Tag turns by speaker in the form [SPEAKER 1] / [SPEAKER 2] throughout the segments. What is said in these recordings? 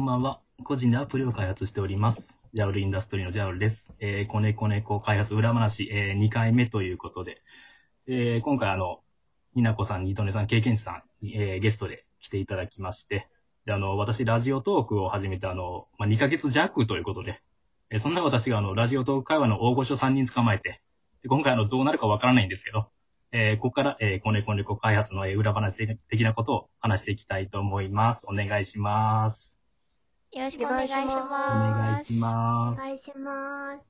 [SPEAKER 1] んばんは。個人でアプリを開発しております。ジャウルインダストリーのジャウルです。えー、コネコネコ開発裏話、えー、2回目ということで、えー、今回あの、になこさん、にとねさん、経験者さんに、えー、ゲストで来ていただきまして、で、あの、私、ラジオトークを始めて、あの、まあ、2ヶ月弱ということで、えー、そんな私があの、ラジオトーク会話の大御所3人捕まえて、で今回あの、どうなるかわからないんですけど、えーここから、えー、コネコネコ開発のえー裏話的なことを話していきたいと思います。お願いします。
[SPEAKER 2] よろしくお願いします。
[SPEAKER 1] お願いします。
[SPEAKER 2] 願いします。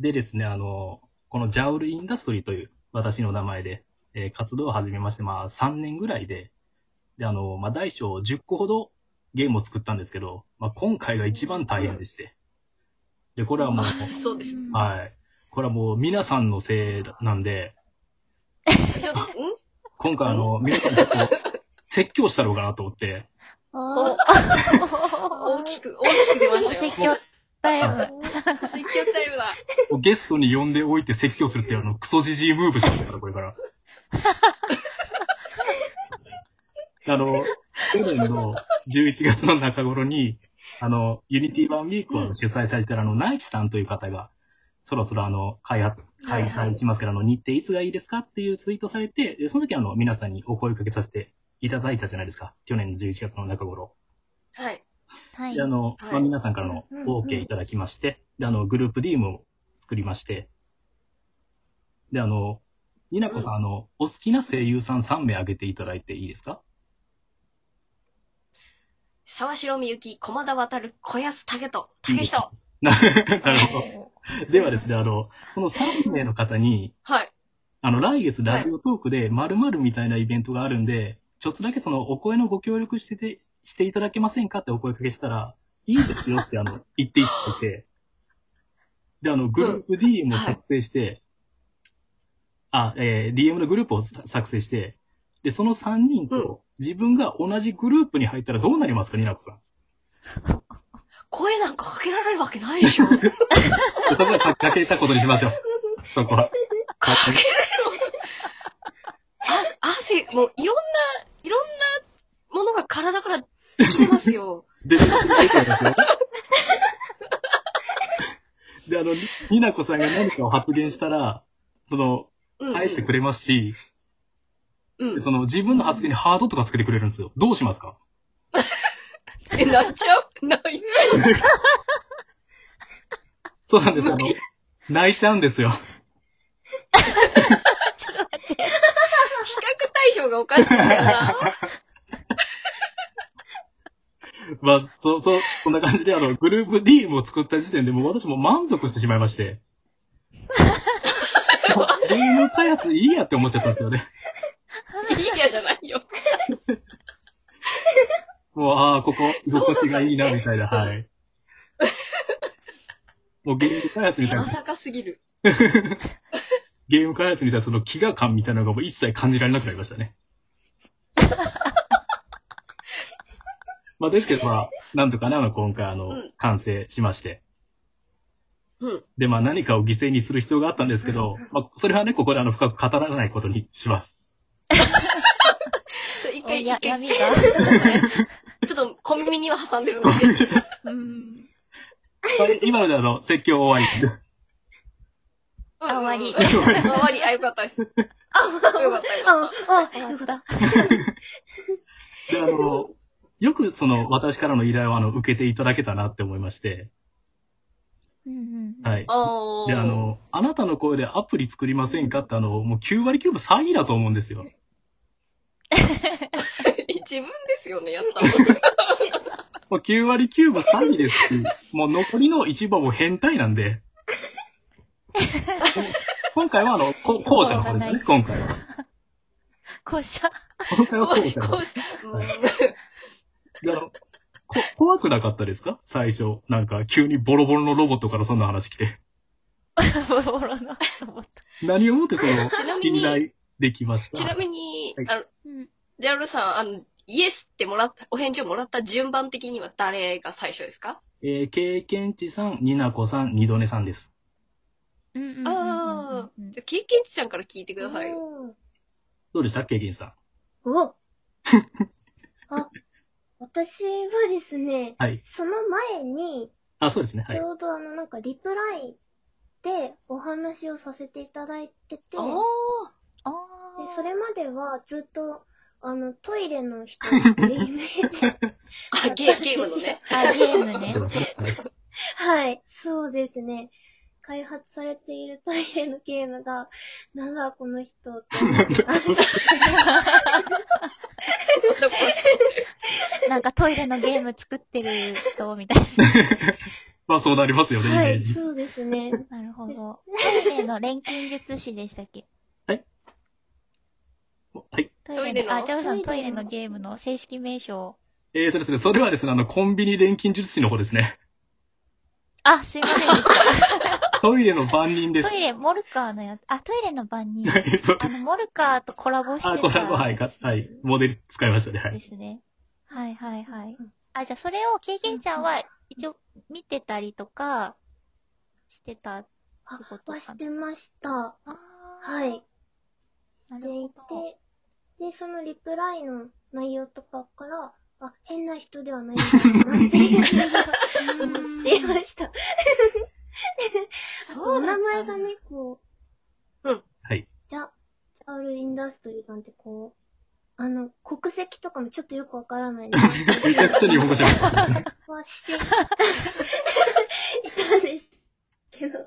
[SPEAKER 1] でですね、あの、このジャウルインダストリーという私の名前で、えー活動を始めまして、まあ3年ぐらいで、で、あの、まあ大小10個ほどゲームを作ったんですけど、まあ今回が一番大変でして。で、これはもう、
[SPEAKER 3] そうです。
[SPEAKER 1] はい。これはもう皆さんのせいなんで、
[SPEAKER 3] ちょっとうん
[SPEAKER 1] 今回あの、皆さんちょっと説教したろうかなと思って、
[SPEAKER 2] おー
[SPEAKER 3] 大きく、大きく出ましたよ。
[SPEAKER 2] 説教だよ。
[SPEAKER 3] 説教タイムだ。
[SPEAKER 1] もうゲストに呼んでおいて説教するっていうあの、クソジジイムーブしますから、これから。あの、去年の11月の中頃に、あの、ユニティ版ウィークを主催されてるあの、ナイチさんという方が、そろそろあの、開発、開催しますから、あの、日程いつがいいですかっていうツイートされて、でその時あの、皆さんにお声かけさせていただいたじゃないですか。去年の11月の中頃。
[SPEAKER 3] はい。
[SPEAKER 2] はい
[SPEAKER 1] で、。あの、
[SPEAKER 3] はい
[SPEAKER 1] まあ、皆さんからの
[SPEAKER 2] うんうんうん
[SPEAKER 1] OK いただきまして、で、あの、グループ DM を作りまして、で、あの、になこさん、あの、お好きな声優さん3名挙げていただいていいです か
[SPEAKER 3] 沢城みゆき、駒田渡る、小安武人、武人。
[SPEAKER 1] ななるほど。ではですね、あの、この3名の方に、
[SPEAKER 3] はい。
[SPEAKER 1] あの、来月ラジオトークで〇〇みたいなイベントがあるんで、ちょっとだけその、お声のご協力してて、していただけませんかってお声かけしたら、いいですよって、あの、言っていただいて、で、あの、グループ DM を作成して、あ、えー DM のグループをさ作成して、で、その3人と自分が同じグループに入ったらどうなりますか、ニナコさん。
[SPEAKER 3] 声なんかかけられるわけないでしょ。かけられる
[SPEAKER 1] お互いかかけたことにしましょう。そこは。
[SPEAKER 3] あ、汗、もういろんな、いろんなものが体から来てますよ。
[SPEAKER 1] で、出てきたんですよ。で、あの、になこさんが何かを発言したら、その、
[SPEAKER 3] うん。
[SPEAKER 1] 返してくれますし、
[SPEAKER 3] うん。
[SPEAKER 1] その、自分の発言にハードとかつけてくれるんですよ。どうしますか
[SPEAKER 3] え、なっちゃうない。
[SPEAKER 1] そうなんです、あの、泣いちゃうんですよ。
[SPEAKER 3] 比較対象がおかしいんだよ な。
[SPEAKER 1] まあ、そう、そう、こんな感じで、あの、グループ DM を作った時点でもう私も満足してしまいま して。もう DM 開発いいやって思っちゃったんですよね。
[SPEAKER 3] いいやじゃない よ。
[SPEAKER 1] もう、ああ、ここ、居心地がいいな、みたいな、
[SPEAKER 3] そうなん
[SPEAKER 1] は
[SPEAKER 3] で
[SPEAKER 1] い。もうゲーム開発みたい
[SPEAKER 3] ま
[SPEAKER 1] な、
[SPEAKER 3] さかすぎる。
[SPEAKER 1] ゲーム開発みたいなその飢餓感みたいなのがもう一切感じられなくなりましたね。まあ、ですけど、まあ、なんとかな、あの、今回、あの
[SPEAKER 3] うん、
[SPEAKER 1] 完成しまして。
[SPEAKER 3] うん。
[SPEAKER 1] で、まあ、何かを犠牲にする必要があったんですけど、まあ、それはね、ここで、あの、深く語らないことにします。
[SPEAKER 3] ちょっと一
[SPEAKER 2] お
[SPEAKER 3] 回、一
[SPEAKER 2] や
[SPEAKER 3] 回、
[SPEAKER 2] 闇
[SPEAKER 3] ち
[SPEAKER 2] が。
[SPEAKER 3] ょっとねちょっと小耳には挟んでるんですけど。
[SPEAKER 2] うん。
[SPEAKER 1] はい今ので、あの、説教終わり。
[SPEAKER 2] あ終わり
[SPEAKER 3] 終わり。あ、よかったです。よかった、よかっ
[SPEAKER 2] あ
[SPEAKER 3] た。、
[SPEAKER 2] あ、よくだ。
[SPEAKER 1] で、あの、よくその、私からの依頼をあの、受けていただけたなって思いまして、
[SPEAKER 2] うんうん。
[SPEAKER 1] はい。
[SPEAKER 3] おー。
[SPEAKER 1] で、あ、の、あなたの声でアプリ作りませんかってあの、もう9割9分詐欺だと思うんですよ。
[SPEAKER 3] 自分ですよね、やったの。
[SPEAKER 1] もう9割9分詐欺ですし、 もう残りの1番も変態なんで。 今回はあの、こ後者の方ですね、今回は。
[SPEAKER 2] こうしゃ。
[SPEAKER 1] 今回は
[SPEAKER 3] こ
[SPEAKER 1] 後
[SPEAKER 3] う
[SPEAKER 1] 者
[SPEAKER 3] し、
[SPEAKER 1] の
[SPEAKER 3] こ
[SPEAKER 1] 方
[SPEAKER 3] う
[SPEAKER 1] で
[SPEAKER 3] し。うん
[SPEAKER 1] はいであのこ怖くなかったですか最初。なんか、急にボロボロのロボットからそんな話来て。
[SPEAKER 2] ボロボロのロボット。
[SPEAKER 1] 何をもってそ の、
[SPEAKER 3] ちなみ
[SPEAKER 1] 信
[SPEAKER 3] に、
[SPEAKER 1] 頼できました。
[SPEAKER 3] ちなみに
[SPEAKER 1] はい、
[SPEAKER 3] あの、
[SPEAKER 2] うん。
[SPEAKER 3] ジャルさん、あの、イエスってもらった、お返事をもらった順番的には誰が最初ですか
[SPEAKER 1] えー経験値さん、になこさん、にどねさんです。
[SPEAKER 2] うんうんうんうん
[SPEAKER 3] あ
[SPEAKER 2] うん
[SPEAKER 3] ー。じゃあ経験値ちゃんから聞いてくださいよ。
[SPEAKER 1] どうでした経験値さん。
[SPEAKER 2] おあ、
[SPEAKER 4] 私はですね、
[SPEAKER 1] はい。
[SPEAKER 4] その前に、
[SPEAKER 1] あ、そうですね。は
[SPEAKER 4] ち
[SPEAKER 1] い。
[SPEAKER 4] ょうどあの、なんか、リプライでお話をさせていただいてて、
[SPEAKER 3] おー
[SPEAKER 2] あ
[SPEAKER 4] で
[SPEAKER 2] あ。
[SPEAKER 4] それまではずっと、あの、トイレ の人っていうイメージ。
[SPEAKER 3] あ、ゲー、ゲームの ね。
[SPEAKER 2] あ、ゲーム
[SPEAKER 1] やっ
[SPEAKER 2] ね
[SPEAKER 1] て。ますね。はい
[SPEAKER 4] はい、そうですね。開発されているトイレのゲームが、なんだこの人って思ってた。
[SPEAKER 2] なんかトイレのゲーム作ってる人みたい
[SPEAKER 1] まあ、そうなりますよね、イ
[SPEAKER 4] は
[SPEAKER 1] メー
[SPEAKER 4] い、
[SPEAKER 1] ジ。
[SPEAKER 4] そうですね。
[SPEAKER 2] な。なるほど。トイレの錬金術師でしたっけ
[SPEAKER 1] はい。
[SPEAKER 2] ト
[SPEAKER 3] イレの
[SPEAKER 2] あ、ジャオさんト
[SPEAKER 4] ト
[SPEAKER 2] イ
[SPEAKER 4] イ
[SPEAKER 2] レ
[SPEAKER 4] レの
[SPEAKER 2] のゲームの正式名称。
[SPEAKER 1] えーとですね、それはですね、あの、コンビニ錬金術師の方です ね。
[SPEAKER 2] あ、すいませんでし
[SPEAKER 1] トイレの番人で
[SPEAKER 2] た。
[SPEAKER 1] す
[SPEAKER 2] ト。イレ、モルカーのやつ。あ、トイレの番 に。
[SPEAKER 1] そう
[SPEAKER 2] あの、モルカーとコラボしてた
[SPEAKER 1] あ、コラボ、はい、かはい、モデル使いましたね、は
[SPEAKER 2] で
[SPEAKER 1] い。
[SPEAKER 2] すね。はいはいはい。あ、じゃあそれを経験ちゃんは一応見てたりとかしてたってことかな
[SPEAKER 4] はしてました。
[SPEAKER 2] あー
[SPEAKER 4] はい。
[SPEAKER 2] なる
[SPEAKER 4] でい
[SPEAKER 2] ほ
[SPEAKER 4] て
[SPEAKER 2] ど。、
[SPEAKER 4] で、そのリプライの内容とかから、あ、変な人ではないんだなっていうのが思っていました。
[SPEAKER 3] そ
[SPEAKER 4] お
[SPEAKER 3] うだった
[SPEAKER 4] 名
[SPEAKER 3] んだ
[SPEAKER 4] 前がね、こう、
[SPEAKER 3] うん
[SPEAKER 1] はい。
[SPEAKER 4] じゃ、ジャオルインダストリーさんってこう、あの、国籍とかもちょっとよくわからないなっていう
[SPEAKER 1] めちゃくちゃ日本語喋ってますね。
[SPEAKER 4] はしていたんですけど、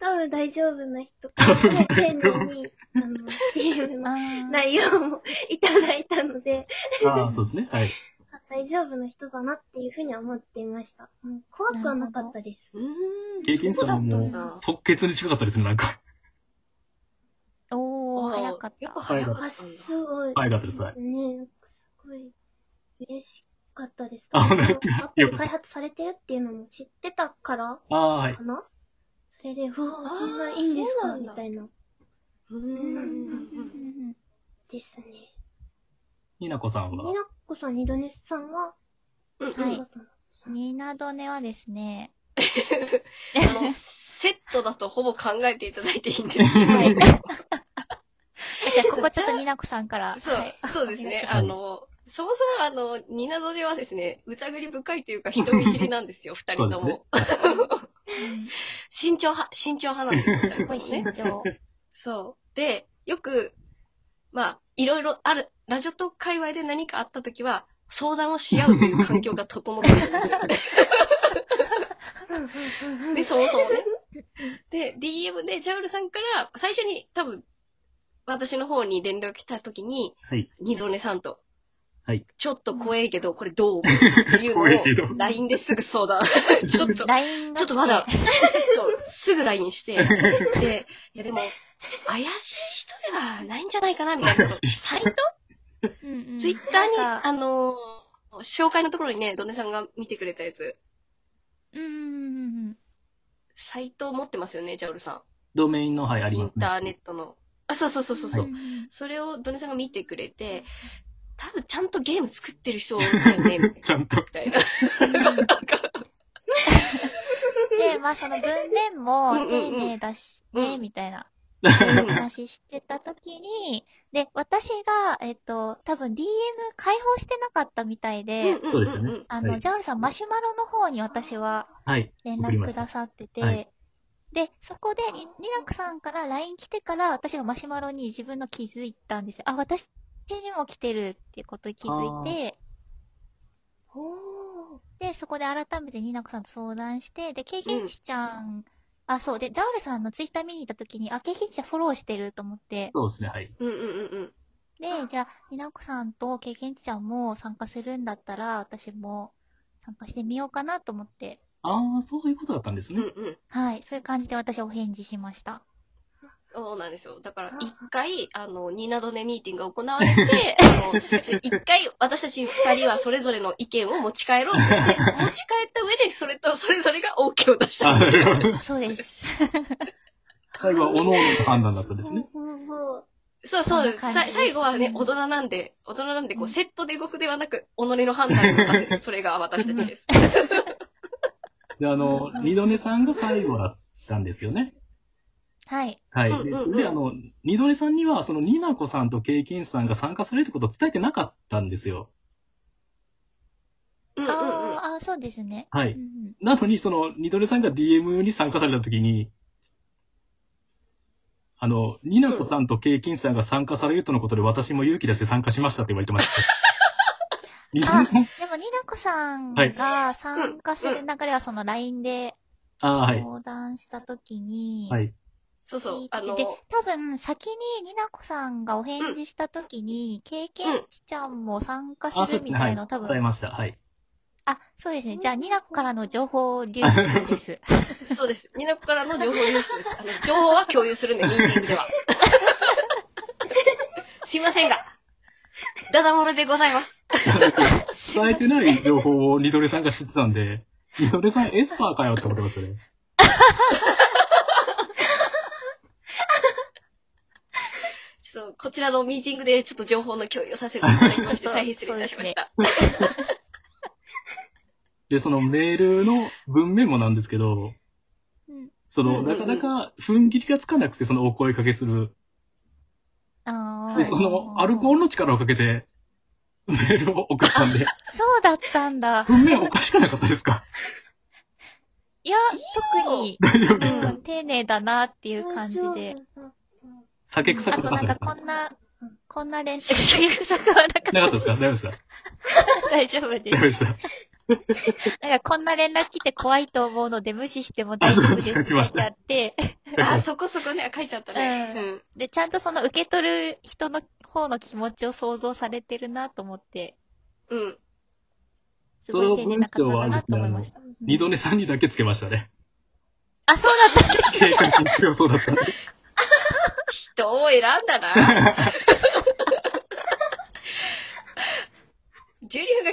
[SPEAKER 4] 多分大丈夫な人か
[SPEAKER 1] 多
[SPEAKER 4] ら
[SPEAKER 1] 分大
[SPEAKER 4] 丁
[SPEAKER 1] 丈夫
[SPEAKER 4] 寧に、あの、DM
[SPEAKER 2] あ
[SPEAKER 4] の
[SPEAKER 2] ー
[SPEAKER 4] 内容もいただいたので、
[SPEAKER 1] ああ、そうですね、はい。
[SPEAKER 4] あ大丈夫な人だなっていうふうには思っていました。うん怖くはなかったです。
[SPEAKER 3] うーん
[SPEAKER 1] 経験者
[SPEAKER 3] そうだ
[SPEAKER 1] も
[SPEAKER 3] った
[SPEAKER 1] も
[SPEAKER 3] ん
[SPEAKER 1] う
[SPEAKER 3] だ。
[SPEAKER 1] 即決に近かったですね、なんか。
[SPEAKER 2] おー、
[SPEAKER 3] あー
[SPEAKER 2] 早かっ
[SPEAKER 3] や
[SPEAKER 2] た
[SPEAKER 3] っぱ。早かったんだ。
[SPEAKER 4] 発想
[SPEAKER 1] 可愛かったで
[SPEAKER 4] で
[SPEAKER 1] す、はい
[SPEAKER 4] すね。すごい嬉しかったです。
[SPEAKER 1] あ
[SPEAKER 4] その
[SPEAKER 1] よかっ
[SPEAKER 4] ア
[SPEAKER 1] た
[SPEAKER 4] プリ開発されてるっていうのも知ってたから
[SPEAKER 1] ああ、はい
[SPEAKER 4] か。なそれで、うわ
[SPEAKER 3] あー
[SPEAKER 4] そんないいんです
[SPEAKER 3] そう
[SPEAKER 4] か
[SPEAKER 3] なん
[SPEAKER 4] み
[SPEAKER 3] だ
[SPEAKER 4] たいな。
[SPEAKER 3] うーん。
[SPEAKER 4] ですね。
[SPEAKER 1] になこさん
[SPEAKER 4] に
[SPEAKER 1] は。
[SPEAKER 4] なっこさん、にどねさんは、
[SPEAKER 3] うん
[SPEAKER 4] どうだったの
[SPEAKER 2] ニーナドネはですね、
[SPEAKER 3] あの、セットだとほぼ考えていただいていいんです けど。
[SPEAKER 2] はいじゃあここちょっとニナコさんから。
[SPEAKER 3] そう
[SPEAKER 2] はい、
[SPEAKER 3] そうですね。
[SPEAKER 1] お願
[SPEAKER 3] あ
[SPEAKER 1] いします
[SPEAKER 3] の、そもそもあの、ニナドではですね、疑り深いというか人見知りなんですよ、二
[SPEAKER 1] そう
[SPEAKER 3] 人
[SPEAKER 1] で
[SPEAKER 3] と
[SPEAKER 1] すね
[SPEAKER 3] も。。
[SPEAKER 2] うん
[SPEAKER 3] 慎重派、慎重派なんですよ、二人
[SPEAKER 2] す
[SPEAKER 3] と
[SPEAKER 2] ごい
[SPEAKER 3] もね
[SPEAKER 2] 慎。重。
[SPEAKER 3] そう。で、よく、まあ、いろいろある、ラジオと界隈で何かあったときは、相談をし合うという環境が 整ってるんですよ。で、そもそもね。で、DM でジャウルさんから、最初に多分、私の方に連絡来たときに、
[SPEAKER 1] はい。
[SPEAKER 3] 二度寝さんと。
[SPEAKER 1] はい。
[SPEAKER 3] ちょっと怖いけど、これどう思うっていう
[SPEAKER 1] 怖いけど
[SPEAKER 3] のを、LINE ですぐ相 談。ちょっと、
[SPEAKER 2] LINE が。
[SPEAKER 3] ちょっとまだ、そう、すぐ LINE して、で、いやでも、怪しい人ではないんじゃないかな、みたいな。
[SPEAKER 1] 怪しい人
[SPEAKER 3] サイト
[SPEAKER 2] うんうん、
[SPEAKER 3] ツイッターに、あのー紹介のところにね、ドネさんが見てくれたやつ、
[SPEAKER 2] うんうんうん
[SPEAKER 3] サイトを持ってますよね、ジャウルさ
[SPEAKER 1] ドメインの、はい、あ
[SPEAKER 3] ん。
[SPEAKER 1] り
[SPEAKER 3] イ
[SPEAKER 1] ま
[SPEAKER 3] ン
[SPEAKER 1] すね。
[SPEAKER 3] ターネットの。あ、そうそうそうそうそう
[SPEAKER 2] う。んうん。
[SPEAKER 3] それをドネさんが見てくれて、多分ちゃんとゲーム作ってる人だよね、み
[SPEAKER 1] ちゃんと。
[SPEAKER 3] たいな。
[SPEAKER 2] で、まあその文面も
[SPEAKER 3] うんうん
[SPEAKER 2] 丁
[SPEAKER 3] うん
[SPEAKER 2] 寧だし、
[SPEAKER 3] う
[SPEAKER 2] ね、
[SPEAKER 3] ん
[SPEAKER 2] みたいな。
[SPEAKER 3] うん
[SPEAKER 2] 話してた時に、で、私が、えっと、多分 DM 開放してなかったみたいで、
[SPEAKER 3] んんんん
[SPEAKER 1] そうでしたね
[SPEAKER 2] あの、
[SPEAKER 1] はい
[SPEAKER 2] ジャオルさんマシュマロの方に私は
[SPEAKER 1] はい。
[SPEAKER 2] 連
[SPEAKER 1] 送り
[SPEAKER 2] 絡
[SPEAKER 1] ま
[SPEAKER 2] く
[SPEAKER 1] した
[SPEAKER 2] ださってて、
[SPEAKER 1] はい
[SPEAKER 2] で、そこで、リリナクさんから LINE 来てから、私がマシュマロに自分の気づいたんですよ。あ、私にも来てるっていうことに気づいて、
[SPEAKER 4] おー。
[SPEAKER 2] で、そこで改めてニナコさんと相談して、で、経験値ちゃん、あ、そう、で、ジャオルさんのツイッター見に行った時に、あ、経験値ちゃんフォローしてると思って、
[SPEAKER 1] そうですね、はい。
[SPEAKER 3] うんうんうんうん。
[SPEAKER 2] で、じゃあ、ひなこさんと経験値ちゃんも参加するんだったら、私も参加してみようかなと思って、
[SPEAKER 1] ああ、そういうことだったんです
[SPEAKER 3] うん
[SPEAKER 1] ね。
[SPEAKER 3] うん。
[SPEAKER 2] はい、そういう感じで私お返事しました。
[SPEAKER 3] そうなんですよ。だから
[SPEAKER 4] あ、
[SPEAKER 3] 一回、あの、ニーナドネミーティングが行われて、あの、ちょ一回、私たち二人はそれぞれの意見を持ち帰ろうとして、持ち帰った上で、それと、それぞれが OK を出した
[SPEAKER 1] あ
[SPEAKER 3] ん
[SPEAKER 1] な
[SPEAKER 3] で。
[SPEAKER 1] るほど
[SPEAKER 2] そうです。
[SPEAKER 1] 最後は、おのおのの判断だったんです
[SPEAKER 4] ほう
[SPEAKER 1] ね。
[SPEAKER 4] ほうほう。
[SPEAKER 3] そうそうです。
[SPEAKER 2] そんな感じ
[SPEAKER 3] さ
[SPEAKER 2] です
[SPEAKER 3] 最後はね
[SPEAKER 2] う、ん
[SPEAKER 3] 大人なんで、大人なんで、こ
[SPEAKER 2] う
[SPEAKER 3] う、
[SPEAKER 2] ん
[SPEAKER 3] セットで動くではなく、己の判断に任せる。それが私たちです。
[SPEAKER 1] で、あの、二度寝さんが最後だったんですよね。
[SPEAKER 2] はい。
[SPEAKER 1] はい。
[SPEAKER 3] うんうん
[SPEAKER 1] で、
[SPEAKER 3] うん
[SPEAKER 1] それで、あの、二度寝さんには、その、になこさんと経験者さんが参加されるってことを伝えてなかったんですよ。
[SPEAKER 2] あ、そうですね。
[SPEAKER 1] は
[SPEAKER 2] う
[SPEAKER 1] い
[SPEAKER 2] ん。うん
[SPEAKER 1] なのに、その、ニドレさんが DM に参加されたときに、あの、ニナコさんとケイキンさんが参加されるとのことで、私も勇気出して参加しましたって言われてました。ニナコさん
[SPEAKER 2] でも、ニナコさん
[SPEAKER 1] はい
[SPEAKER 2] が参加する流れは、その LINE で
[SPEAKER 1] あーはい。
[SPEAKER 2] 相談したときに、
[SPEAKER 1] はい。
[SPEAKER 3] そう
[SPEAKER 2] 聞
[SPEAKER 3] そう
[SPEAKER 2] い、て
[SPEAKER 3] あの
[SPEAKER 2] で、、多分、先にニナコさんがお返事したときに、経験値ちゃんも参加す
[SPEAKER 1] あ、そう
[SPEAKER 2] る
[SPEAKER 1] です
[SPEAKER 2] み
[SPEAKER 1] ね。
[SPEAKER 2] た
[SPEAKER 1] はいい。
[SPEAKER 2] の、多
[SPEAKER 1] 伝え
[SPEAKER 2] 分、
[SPEAKER 1] ました。はい。
[SPEAKER 2] あ、そうですね。じゃあ、ニナコからの情報流出です。
[SPEAKER 3] そうです。ニナコからの情報流出です。あの、情報は共有するんで、ミーティングで は。すいませんが、ダダ漏れでございます。
[SPEAKER 1] 伝えてない情報をニドレさんが知ってたんで、ニドレさんエスパーかよって思ってましたね。
[SPEAKER 3] ちょっと、こちらのミーティングでちょっと情報の共有をさせていただきまして、大変失礼いたしま した。
[SPEAKER 1] で、そのメールの文面もなんですけど、
[SPEAKER 2] うん
[SPEAKER 1] そ
[SPEAKER 3] うん
[SPEAKER 1] の、
[SPEAKER 3] うんう
[SPEAKER 1] なんかなか踏ん切りがつかなくて、そのお声かけする。
[SPEAKER 2] あー
[SPEAKER 1] で、その、アルコールの力をかけて、メールを送ったんで、
[SPEAKER 2] そうだったんだ。
[SPEAKER 1] 文面おかしくなかったですか
[SPEAKER 2] いや、特に、
[SPEAKER 1] 大丈夫です
[SPEAKER 2] う
[SPEAKER 1] か
[SPEAKER 2] ん、丁寧だなっていう感じで。。
[SPEAKER 1] 酒臭
[SPEAKER 2] あ
[SPEAKER 1] くな
[SPEAKER 2] と
[SPEAKER 1] かったで
[SPEAKER 2] なんか
[SPEAKER 1] すか
[SPEAKER 2] こんな、こんな練習が臭くはなかった。
[SPEAKER 1] なかったですか大丈夫ですか
[SPEAKER 2] 大丈夫で
[SPEAKER 1] 大丈夫
[SPEAKER 2] す。
[SPEAKER 1] でした。
[SPEAKER 2] なんかこんな連絡来て怖いと思うので無視しても大丈夫ですって書いてあって、
[SPEAKER 3] あ、そこそこね、書いてあったね。
[SPEAKER 2] う
[SPEAKER 3] うんん。
[SPEAKER 2] で、ちゃんとその受け取る人の方の気持ちを想像されてるなと思って、
[SPEAKER 3] うん。
[SPEAKER 2] すごい丁寧な方だなと思いました。
[SPEAKER 1] 二度寝三にだけつけましたね。
[SPEAKER 2] あ、そうだった。
[SPEAKER 1] 警戒心強そうだったんで。
[SPEAKER 3] 人を選ん だな。ジュリアが